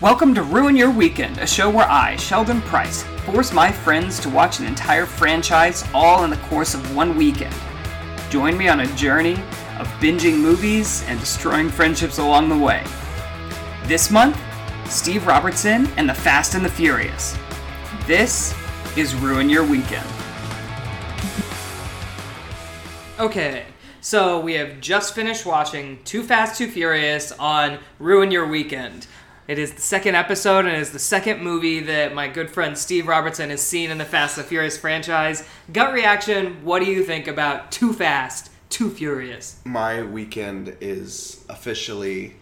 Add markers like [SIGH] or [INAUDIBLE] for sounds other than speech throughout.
Welcome to Ruin Your Weekend, a show where I, Sheldon Price, force my friends to watch an entire franchise all in the course of one weekend. Join me on a journey of binging movies and destroying friendships along the way. This month, Steve Robertson and the Fast and the Furious. This is Ruin Your Weekend. Okay, so we have just finished watching Too Fast, Too Furious on Ruin Your Weekend. It is the second episode and it is the second movie that my good friend Steve Robertson has seen in the Fast and the Furious franchise. Gut reaction, what do you think about Too Fast, Too Furious? my weekend is officially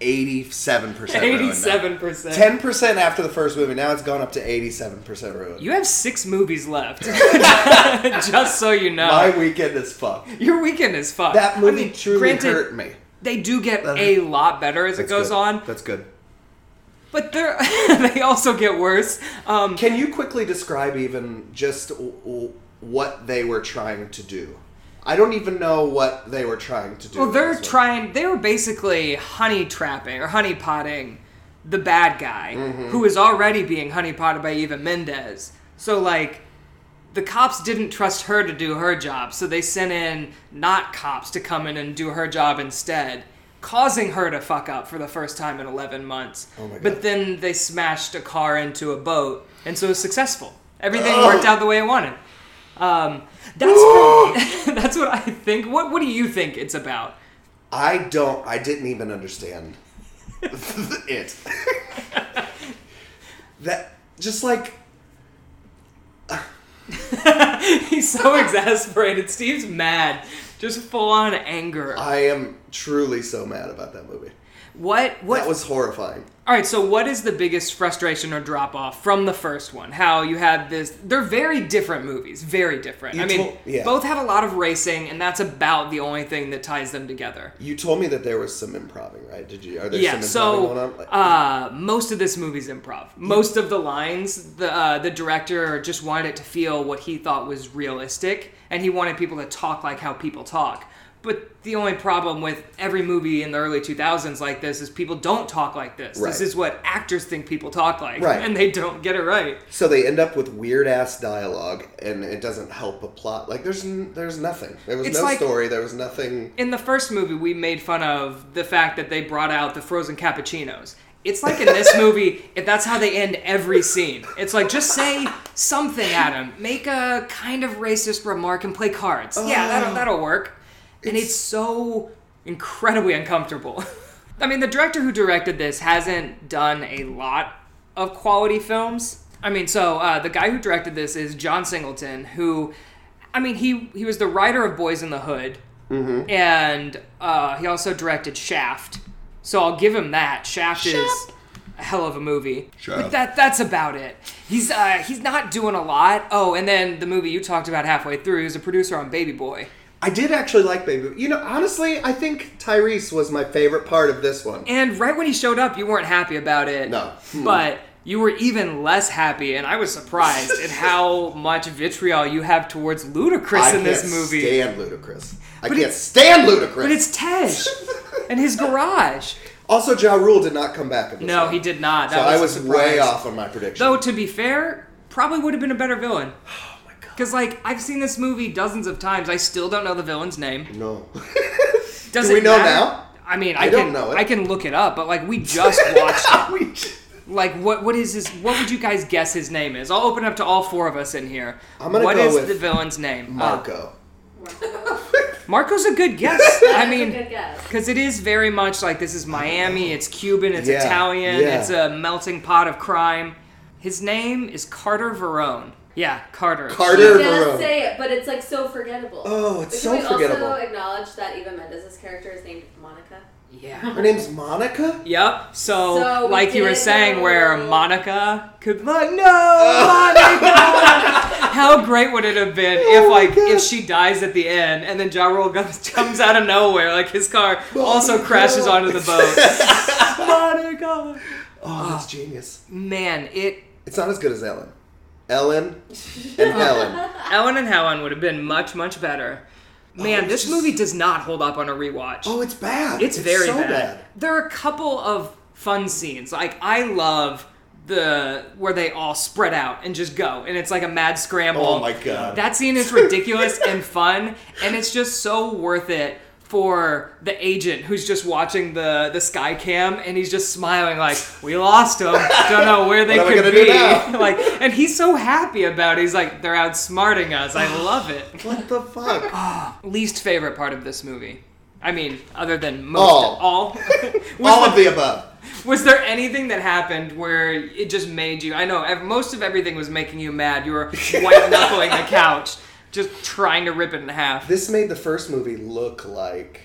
87% ruined. 87%. 10% after the first movie. Now it's gone up to 87% ruined. You have six movies [LAUGHS] left. [LAUGHS] just so you know. My weekend is fucked. Your weekend is fucked. That I movie mean, truly granted, hurt me. They do get That- a lot better as it That's goes good. on, That's good. but they're, [LAUGHS] they also get worse. Um, Can you quickly describe even just w- w- what they were trying to do? I don't even know what they were trying to do. well, in they're this one. trying. They were basically honey trapping or honey potting the bad guy Mm-hmm. who is already being honey potted by Eva Mendez. So like. The cops didn't trust her to do her job, so they sent in not cops to come in and do her job instead, causing her to fuck up for the first time in 11 months. Oh my But God. then they smashed a car into a boat, and so it was successful. Everything Oh. worked out the way it wanted. Um, that's [LAUGHS] [GASPS] that's what I think. What what do you think it's about? I don't. I didn't [LAUGHS] even understand [LAUGHS] it. that just like He's so [LAUGHS] exasperated. Steve's mad, just full on anger. I am truly so mad about that movie. What what? That was horrifying. all right. So what is the biggest frustration or drop off from the first one? How you had this? They're very different movies. Very different. You I mean, told- yeah. both have a lot of racing, and that's about the only thing that ties them together. You told me that there was some improving, right? Did you? Are there yeah some so improving going on? Like, uh, most of this movie's improv most of the lines the uh, the director just wanted it to feel what he thought was realistic and he wanted people to talk like how people talk but the only problem with every movie in the early 2000s like this is people don't talk like this Right. this is what actors think people talk like Right. and they don't get it right so they end up with weird ass dialogue, and it doesn't help a plot. Like there's n- there's nothing. There was It's no like- story. There was nothing. in the first movie we made fun of the fact that they brought out the frozen cappuccinos it's like in this movie if that's how they end every scene it's like just say something at him make a kind of racist remark and play cards yeah that'll, that'll work and it's so incredibly uncomfortable [LAUGHS] i mean the director who directed this hasn't done a lot of quality films i mean so uh, the guy who directed this is john singleton who i mean he, he was the writer of boys in the hood and uh, he also directed Shaft. So I'll give him that. Shaft, is a hell of a movie. But Shaft. that that's about it. He's uh, he's not doing a lot. Oh, and then the movie you talked about halfway through, he was a producer on Baby Boy. I did actually like Baby. You know, honestly, I think Tyrese was my favorite part of this one. And right when he showed up, you weren't happy about it. Hmm. No. But you were even less happy, and I was surprised [LAUGHS] at how much vitriol you have towards Ludacris I in this can't movie. stand Ludacris. I But can't it's- stand Ludacris. But it's Tej and [LAUGHS] his garage. also Ja Rule did not come back. In this No, one. he did not. That So was I a was surprise. way off on my prediction. Though to be fair, probably would have been a better villain. oh my god. Cause like I've seen this movie dozens of times. I still don't know the villain's name. No. [LAUGHS] [LAUGHS] Does Do we it know matter? now? I mean, I, I don't can, know it. I can look it up, but like we [LAUGHS] just watched. it. We j- Like what? What is his? What would you guys guess his name is? I'll open up to all four of us in here. I'm gonna What go is with the villain's name? Uh, Marco. Marco's a good [LAUGHS] guess. I mean, Good guess. Because it is very much like this is Miami, it's Cuban, it's Yeah, Italian, yeah. it's a melting pot of crime. His name is Carter Verone. Yeah, Carter. Carter He does Verone. say it, but it's like so forgettable. Oh, it's Because so we forgettable. also acknowledge that Eva Mendez's character is named Monica. yeah. Her name's Monica? Yep. So, So we like you were did saying, know. where Monica could like, no, Monica. How great would it have been if Oh my like if gosh. she dies at the end and then Ja Rule comes, [LAUGHS] comes out of nowhere, like his car also Monica. crashes onto the boat. Monica. Oh, Ah. that's genius. Man, it It's not as good as Ellen. Ellen [LAUGHS] and Helen. Ellen and Helen would have been much, much better. Man, it's this just- movie does not hold up on a rewatch. Oh, it's bad. it's, very so bad. There are a couple of fun scenes. Like I love the where they all spread out and just go, and it's like a mad scramble. Oh my god. That scene is [LAUGHS] ridiculous and fun, and it's just so worth it for the agent who's just watching the the sky cam and he's just smiling like we lost him don't know where they [LAUGHS] What am I could gonna be do [LAUGHS] now? like and he's so happy about it he's like they're outsmarting us i love it what [LAUGHS] the fuck? least favorite part of this movie i mean other than most [LAUGHS] All. all [LAUGHS] was, All the- of the above. was there anything that happened where it just made you i know ev- most of everything was making you mad you [LAUGHS] were white knuckling the couch just trying to rip it in half This made the first movie look like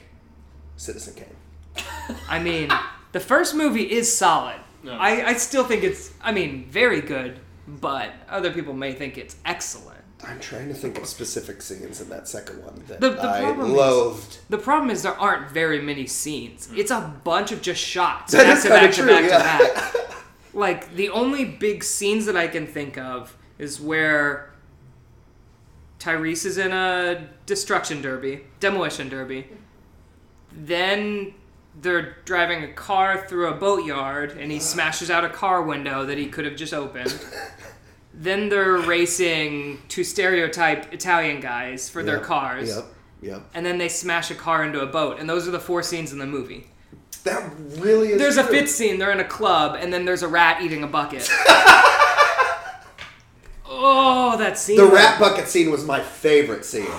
Citizen Kane. I mean, the first movie is solid. No. I, I still think it's, I mean, very good, but other people may think it's excellent. I'm trying to think of specific scenes in that second one that The- the I problem is- loathed. The problem is there aren't very many scenes. It's a bunch of just shots. Hmm. That back is to kinda back true, to back yeah. to back. Like the only big scenes that I can think of is where Tyrese is in a destruction derby, demolition derby. Then they're driving a car through a boatyard and he Ah. smashes out a car window that he could have just opened. [LAUGHS] then they're racing two stereotype Italian guys for their Yep, cars Yep. Yep. and then they smash a car into a boat, and those are the four scenes in the movie. That really is. There's a true. fit scene, they're in a club, and then there's a rat eating a bucket. oh, that scene. The rat bucket scene was my favorite scene. [SIGHS]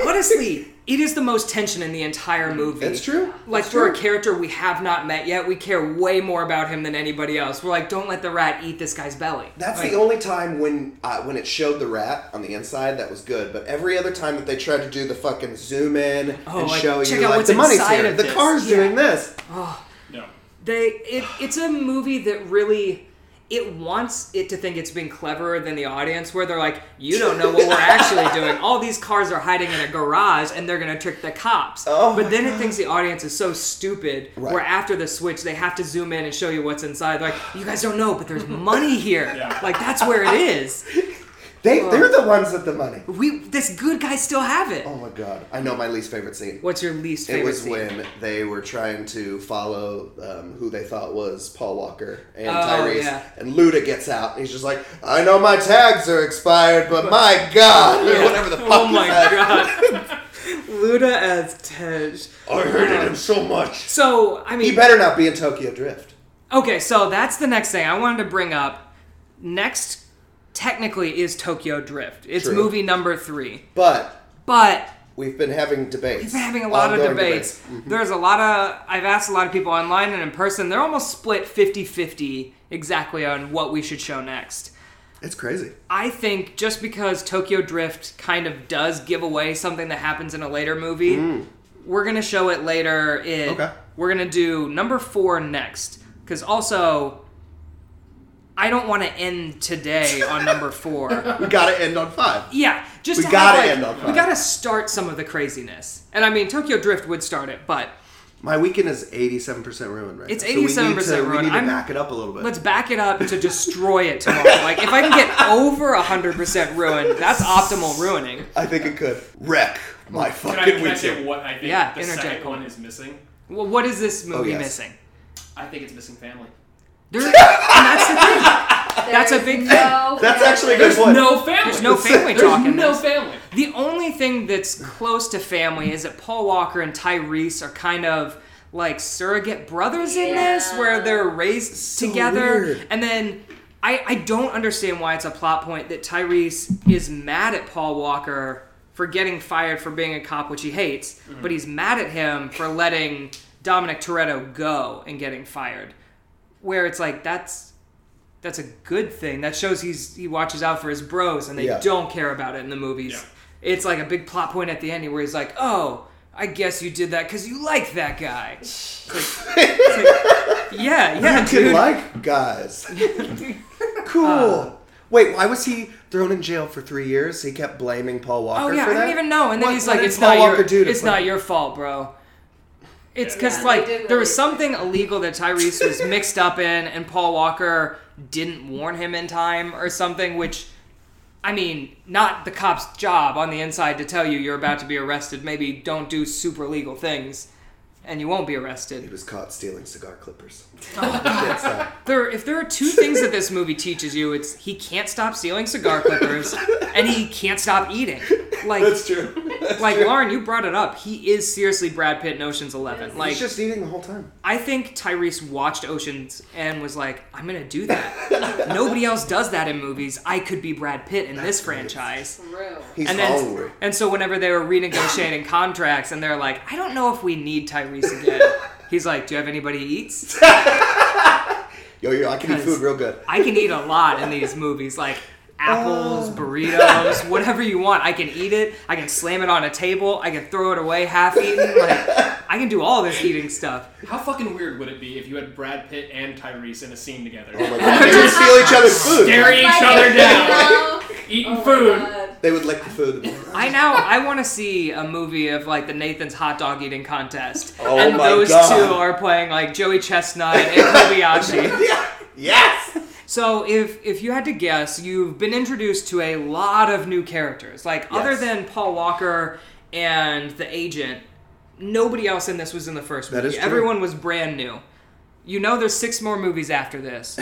Honestly, it is the most tension in the entire movie. That's true. Like That's for a true. character we have not met yet, we care way more about him than anybody else. We're like, don't let the rat eat this guy's belly. That's Like, the only time when uh, when it showed the rat on the inside that was good, but every other time that they tried to do the fucking zoom in Oh, and like, show check you out like what's the money's inside here, of the this. car's Yeah. doing this. No. they it, it's a movie that really it wants it to think it's being cleverer than the audience where they're like you don't know what we're [LAUGHS] actually doing all these cars are hiding in a garage and they're going to trick the cops Oh but my then it thinks the audience is so stupid Right. where after the switch they have to zoom in and show you what's inside They're like you guys don't know but there's money here Yeah. like that's where it [LAUGHS] is They they're the ones with the money. we this good guy still have it Oh my god! I know my least favorite scene. what's your least favorite it was scene? when they were trying to follow um, who they thought was Paul Walker and Oh, Tyrese, yeah. and Luda gets out. And he's just like, "I know my tags are expired, but my god, [LAUGHS] or Yeah. whatever the fuck." oh he [LAUGHS] my said. god [LAUGHS] luda as tej I hated him so much. so i mean He better not be in Tokyo Drift. Okay, so that's the next thing I wanted to bring up. Next, technically, is Tokyo Drift. It's True. movie number three. But But we've been having debates. we've been having a lot of Ongoing Mm-hmm. debates. There's a lot of, I've asked a lot of people online and in person, they're almost split 50 50 exactly on what we should show next. It's crazy. I think just because Tokyo Drift kind of does give away something that happens in a later movie, we're gonna show it later. In Hmm. Okay. we're gonna do number four next because also I don't want to end [LAUGHS] today on number four. We gotta end on five. yeah, just We to gotta have, like, end on we five. gotta start some of the craziness, and I mean Tokyo Drift would start it, but My weekend is eighty-seven percent ruined right It's now, so we need to- 87% We ruined. need to I'm- back it up a little bit. let's back it up to destroy it [LAUGHS] tomorrow. like if I can get over hundred percent ruined, that's optimal ruining. I think it could wreck my Can I, fucking can I say weekend. what I think Yeah, the interject, second Colin. one is missing? Well, what is this movie Oh, yes. missing? I think it's missing family. There, and that's the thing. That's a There's big- No [LAUGHS] That's actually a good [LAUGHS] There's point. no family. There's no [LAUGHS] family There's talk in no this. family. The only thing that's close to family is that Paul Walker and Tyrese are kind of like surrogate brothers in this, Yeah. where they're raised So together. weird. And then I, I don't understand why it's a plot point that Tyrese is mad at Paul Walker for getting fired for being a cop, which he hates, but he's mad at him for letting Dominic Toretto go and getting fired. Where it's like that's that's a good thing. That shows he's he watches out for his bros, and they Yeah. don't care about it in the movies. Yeah. It's like a big plot point at the end where he's like, "Oh, I guess you did that because you like that guy." It's like- it's [LAUGHS] like, yeah, yeah, you dude. Uh. can [LAUGHS] like guys. cool. Wait, why was he thrown in jail for three years? He kept blaming Paul Walker oh yeah, for I that. don't even know. And then What- he's what like, did "It's Paul not your, Walker do to it's play- not your fault, bro." It's Yeah. because Yeah, like they did there was really- something illegal that Tyrese [LAUGHS] was mixed up in, and Paul Walker didn't warn him in time or something, which. I mean, not the cop's job on the inside to tell you you're about to be arrested. Maybe don't do super legal things. and you won't be He arrested. was caught stealing cigar clippers. Oh, [LAUGHS] That's, uh, There, if there are two things that this movie teaches you, it's he can't stop stealing cigar clippers and he can't stop eating. Like, that's true. That's like true. Lauren, you brought it up. He is seriously Brad Pitt in Ocean's Eleven. Yes. Like, He's just eating the whole time. I think Tyrese watched Oceans and was like, I'm gonna do that. [LAUGHS] Nobody else does that in movies. I could be Brad Pitt in That's this great. franchise. True. He's And hungry. then, and so whenever they were renegotiating contracts, and they're like, I don't know if we need Tyrese [LAUGHS] again. He's like, Do you have anybody who eats? Yo, yo, I can eat Because- food real good. I can eat a lot in these movies, like Oh. apples, burritos, [LAUGHS] whatever you want. I can eat it. I can slam it on a table. I can throw it away half eaten. Like, I can do all this eating stuff. How fucking weird would it be if you had Brad Pitt and Tyrese in a scene together? Oh my god. They [LAUGHS] would steal each other's food. Scary. Eat each other down. Oh Eating my food. God. They would lick [LAUGHS] the food. [LAUGHS] I now I want to see a movie of like the Nathan's hot dog eating contest, Oh and my those God. two are playing like Joey Chestnut and Kobayashi. yeah. Yes. so if if you had to guess, you've been introduced to a lot of new characters. Like other Yes. than Paul Walker and the agent, nobody else in this was in the first That movie. is true. Everyone was brand new. You know, there's six more movies after [LAUGHS] this.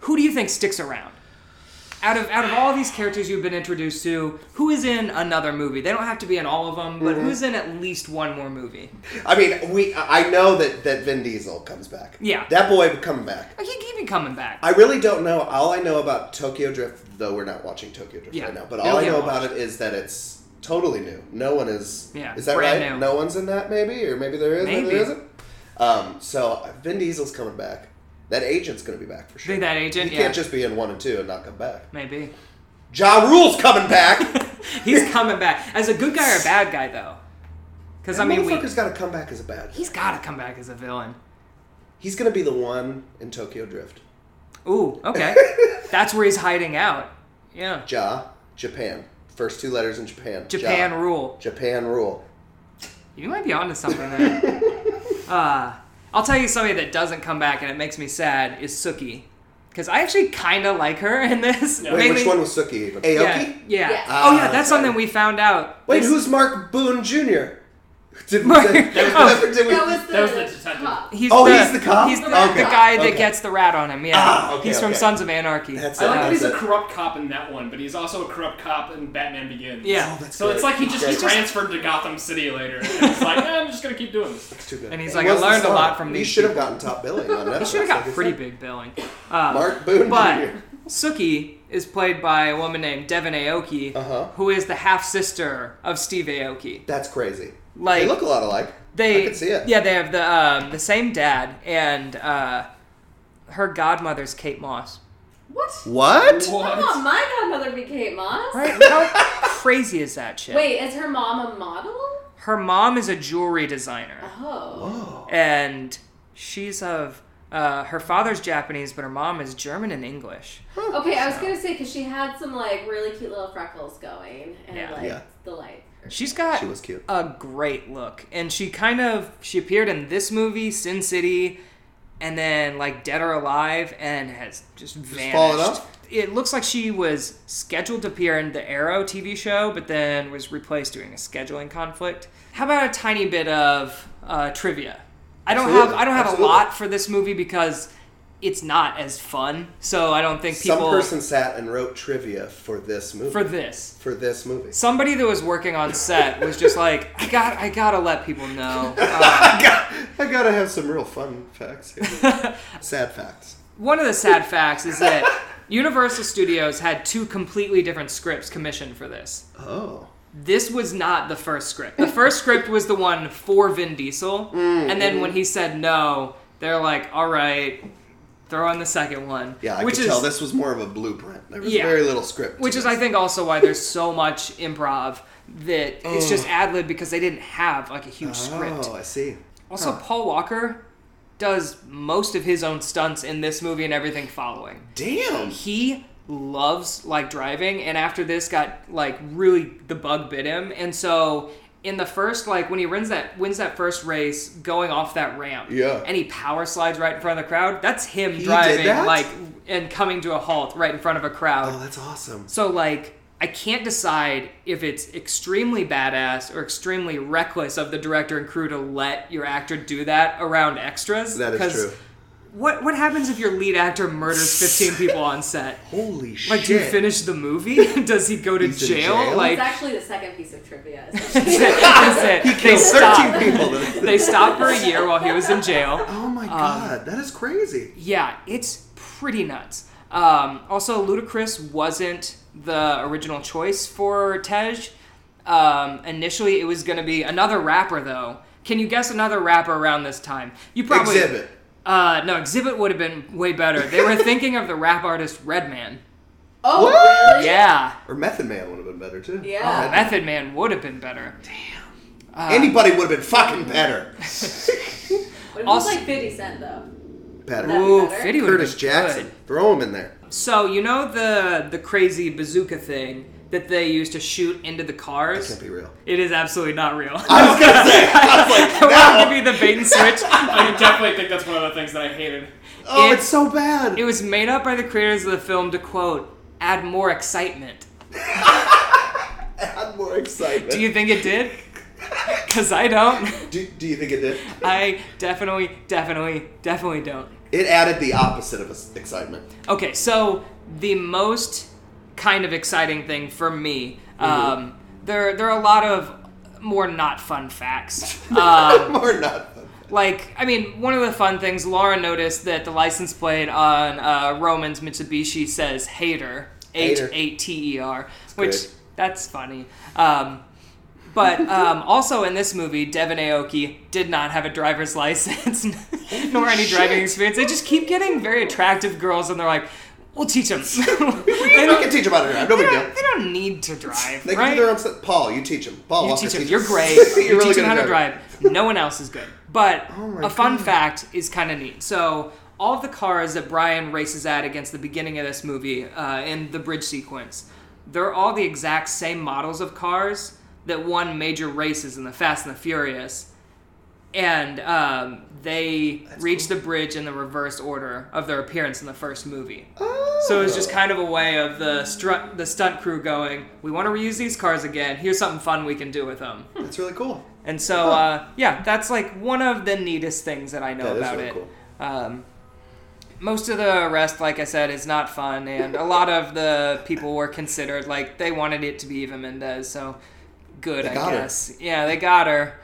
who do you think sticks around? Out of out of all these characters you've been introduced to, who is in another movie? They don't have to be in all of them, Mm-hmm. but who's in at least one more movie? I mean, we. I know that that Vin Diesel comes back. Yeah. That boy would come Like, back. Oh, he keep coming back. I really don't know. All I know about Tokyo Drift, though we're not watching Tokyo Drift Yeah. right now, but It'll all I get know about it is that it's totally new. No one is. Yeah, Is that brand right? new. No one's in that, maybe? Or maybe there is, maybe Maybe. there isn't? Um, so Vin Diesel's coming back. That agent's going to be back for sure. Think that agent? He yeah, can't just be in one and two and not come back. maybe. Ja Rule's [LAUGHS] coming back! He's coming back as a good guy or a bad guy though, because I mean we, motherfucker's got to come back as a bad. he's got to come back as a villain. He's going to be the one in Tokyo [LAUGHS] Drift. Ooh, okay, [LAUGHS] that's where he's hiding out. Yeah, Ja, Japan. First two letters in Japan. Ja. Japan rule. [LAUGHS] Japan rule. You might be onto something [LAUGHS] there. Uh, I'll tell you somebody that doesn't come back and it makes me sad is Suki. Because I actually kind of like her in this. Yeah. Wait, Maybe- which one was Suki even? Yeah. Aoki? yeah. Yes. oh, yeah, Ah, that's okay. something we found out. Wait, They- who's Mark Boone [LAUGHS] Jr.? Did we Mark- say, [LAUGHS] Oh. did we- That was the, That was the detective. cop. He's Oh, the, he's the cop? He's the, Okay. the guy that Okay. gets the rat on him. Yeah. Ah, okay, he's from okay. Sons of Anarchy. That's I like Uh, that he's a the- corrupt cop in that one, but he's also a corrupt cop in Batman Begins. Yeah. Oh, that's So it's good. like he just He just- transferred to Gotham City later. And it's like, eh, I'm just gonna keep doing this. It's too good. And he's It like, I was the learned a song. lot from You these should have gotten top billing on that. [LAUGHS] He should have got pretty big billing. Uh, Mark Boone But Jr. Suki is played by a woman named Devin Aoki, Uh-huh. who is the half sister of Steve Aoki. That's crazy. Like- they look a lot alike. They I can see it. Yeah, they have the um, the same dad, and uh, her godmother's Kate Moss. What? What? What? I want my godmother to be Kate Moss. Right? [LAUGHS] How crazy is that shit? Wait, is her mom a model? Her mom is a jewelry designer, Oh. Oh, and she's of uh, her father's Japanese, but her mom is German and English. Okay, I was gonna say because she had some like really cute little freckles going and Yeah. like Yeah. the light. She's got she was cute. a great look. And she kind of she appeared in this movie, Sin City, and then like Dead or Alive, and has just vanished. fallen off? It looks like she was scheduled to appear in the Arrow TV show, but then was replaced during a scheduling conflict. How about a tiny bit of uh, trivia? I don't Absolutely. have I don't have Absolutely. a lot for this movie because it's not as fun. So I don't think people Some person sat and wrote trivia for this movie. for this For [LAUGHS] this movie. somebody that was working on set was just like, I got, I gotta let people know. Uh, I gotta have some real fun facts here. [LAUGHS] Sad facts. one of the sad facts is that Universal Studios had two completely different scripts commissioned for this. Oh. This was not the first script. The first script was the one for Vin Diesel, Mm. and then when he said no, they're like, all right, throw in the second one. Yeah, I which could is tell this was more of a blueprint. There was Yeah. very little script. to which is this. I think also why there's so much improv that it's just ad lib because they didn't have like a huge script. Oh, I see. Also, Paul Walker does most of his own stunts in this movie and everything following. Damn. He loves like driving, and after this, got like really the bug bit him, and so in the first like when he wins that wins that first race going off that ramp Yeah. and he power slides right in front of the crowd that's him He did driving that? Uh. like and coming to a halt right in front of a crowd Oh, that's awesome. so like I can't decide if it's extremely badass or extremely reckless of the director and crew to let your actor do that around extras. That is 'cause true. What what happens if your lead actor murders fifteen people on set? Holy shit! Like, do you finish the movie? Does he go to He's in jail? jail? Like, It's actually the second piece of [LAUGHS] trivia. [LAUGHS] that's it. They [LAUGHS] Thirteen stop. [LAUGHS] people. They Um, stopped for a year while he was in jail. Oh my god, that is crazy. Yeah, it's pretty nuts. Um, also, Ludacris wasn't the original choice for Tej. Um, initially, it was going to be another rapper, though. Can you guess another rapper around this time? You probably Exhibit. Uh, no, Exhibit would have been way better. They [LAUGHS] were thinking of the rap artist Redman. oh, What? really? Yeah, Or Method Man would have been better too. Yeah. oh, Method Man would have been better. Uh, Anybody would have been fucking better. What if it was Also- like 50 Cent, though? Better. That'd be Ooh, better. Fitty would have Curtis been Jackson. good. Throw him in there. So you know the the crazy bazooka thing that they used to shoot into the That cars. can't be real. It is absolutely not real. I was gonna say. I was [LAUGHS] [LAUGHS] like, I wanted no. to be the bait and [LAUGHS] switch. I definitely think that's one of the things that I hated. oh, it- it's so bad. It was made up by the creators of the film to quote, add more excitement. Add more excitement. Do you think it [LAUGHS] did? Because I don't. do, do you think it did? I definitely, definitely, definitely don't. It added the opposite of us- excitement. Okay, so the most kind of exciting thing for me, Mm-hmm. um, there, there are a lot of more not fun [LAUGHS] facts. Um, more not. fun. like I mean, one of the fun things Laura noticed that the license plate on uh, Roman's Mitsubishi says "hater" H Hater. A T E R, which great. that's funny. Um, [LAUGHS] but um, also in this movie, Devin Aoki did not have a driver's [LAUGHS] license nor any driving shit. experience. They just keep getting very attractive girls, and they're like, "We'll teach [LAUGHS] them." they We don't. can teach them how to drive. No They big don't, deal. they don't need to drive, They can right? do their own stuff. Paul, you teach them. Paul, You Walker, teach them. teach You're 'em. [LAUGHS] great. You're you really teach them good how at to drive. No one else is good. But Oh my a fun God. fact is kind of neat. So all of the cars that Brian races at against the beginning of this movie uh, in the bridge sequence, they're all the exact same models of cars that won major races in the Fast and the Furious, and um, they reached the bridge in the reverse order of their appearance in the first movie. Oh. So it was just kind of a way of the stru- the stunt crew going, we want to reuse these cars again. Here's something fun we can do with them. That's really cool. And so, uh, yeah, that's like one of the neatest things that I know That is about really it. cool. Um, most of the rest, like I said, is not fun, and a lot of the people were considered like they wanted it to be Eva Mendes, so good, They I got her. guess. Yeah, they got her.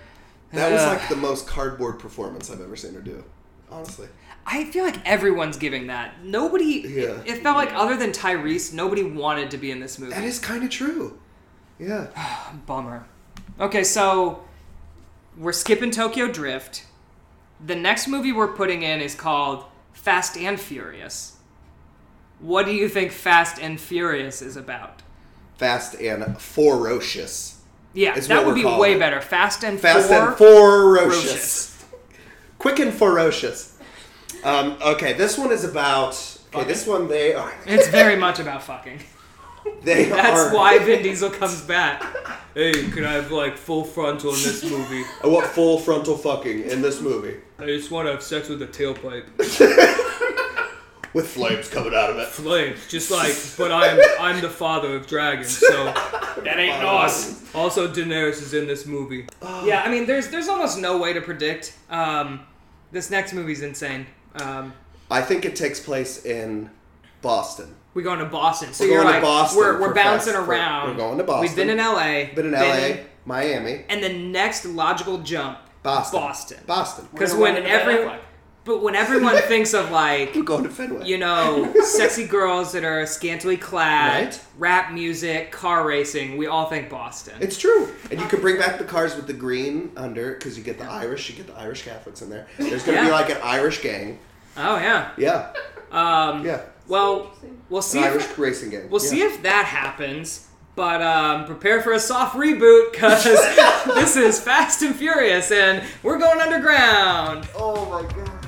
That was Ugh. like the most cardboard performance I've ever seen her do. Honestly. I feel like everyone's giving that. Nobody. Yeah. It, it felt like other than Tyrese, nobody wanted to be in this movie. That is kind of true. Yeah. Bummer. Okay, so we're skipping Tokyo Drift. The next movie we're putting in is called Fast and Furious. What do you think Fast and Furious is about? Fast and ferocious. Yeah, It's that what would we're be calling way it. better. Fast and Fast four. and ferocious. ferocious. Quick and ferocious. Um, okay, this one is about. Okay, this one they are. It's very much about [LAUGHS] fucking. They That's are. why [LAUGHS] Vin Diesel comes back. [LAUGHS] Hey, can I have like full frontal in this movie? I want full frontal fucking in this movie I just want to have sex with a tailpipe. with flames coming out of it. Flames, just like, but I'm I'm the father of dragons, so That ain't us. Also, Daenerys is in this movie. [SIGHS] Yeah, I mean, there's there's almost no way to predict. Um, this next movie's insane. Um, I think it takes place in Boston. we going to Boston, so We're you're going to like Boston we're, we're for bouncing fast- for- around. we're going to Boston. We've been in L.A. Been in LA, Miami, and the next logical jump, Boston. Boston. Boston. Because We're when going to Ben every Affleck. but when [LAUGHS] everyone thinks of like We're [LAUGHS] going to Fenway. you know sexy girls that are scantily clad, Right. rap music, car racing, we all think Boston. It's true. And you can bring back the cars with the green under because you get the Irish, you get the Irish Catholics in there. There's going to Yeah. be like an Irish gang. oh yeah. Yeah. Um, Yeah. Well, we'll see. An if- Irish racing gang. We'll yeah. see if that happens. But um, prepare for a soft reboot [LAUGHS] because this is Fast and Furious, and we're going underground. Oh my god.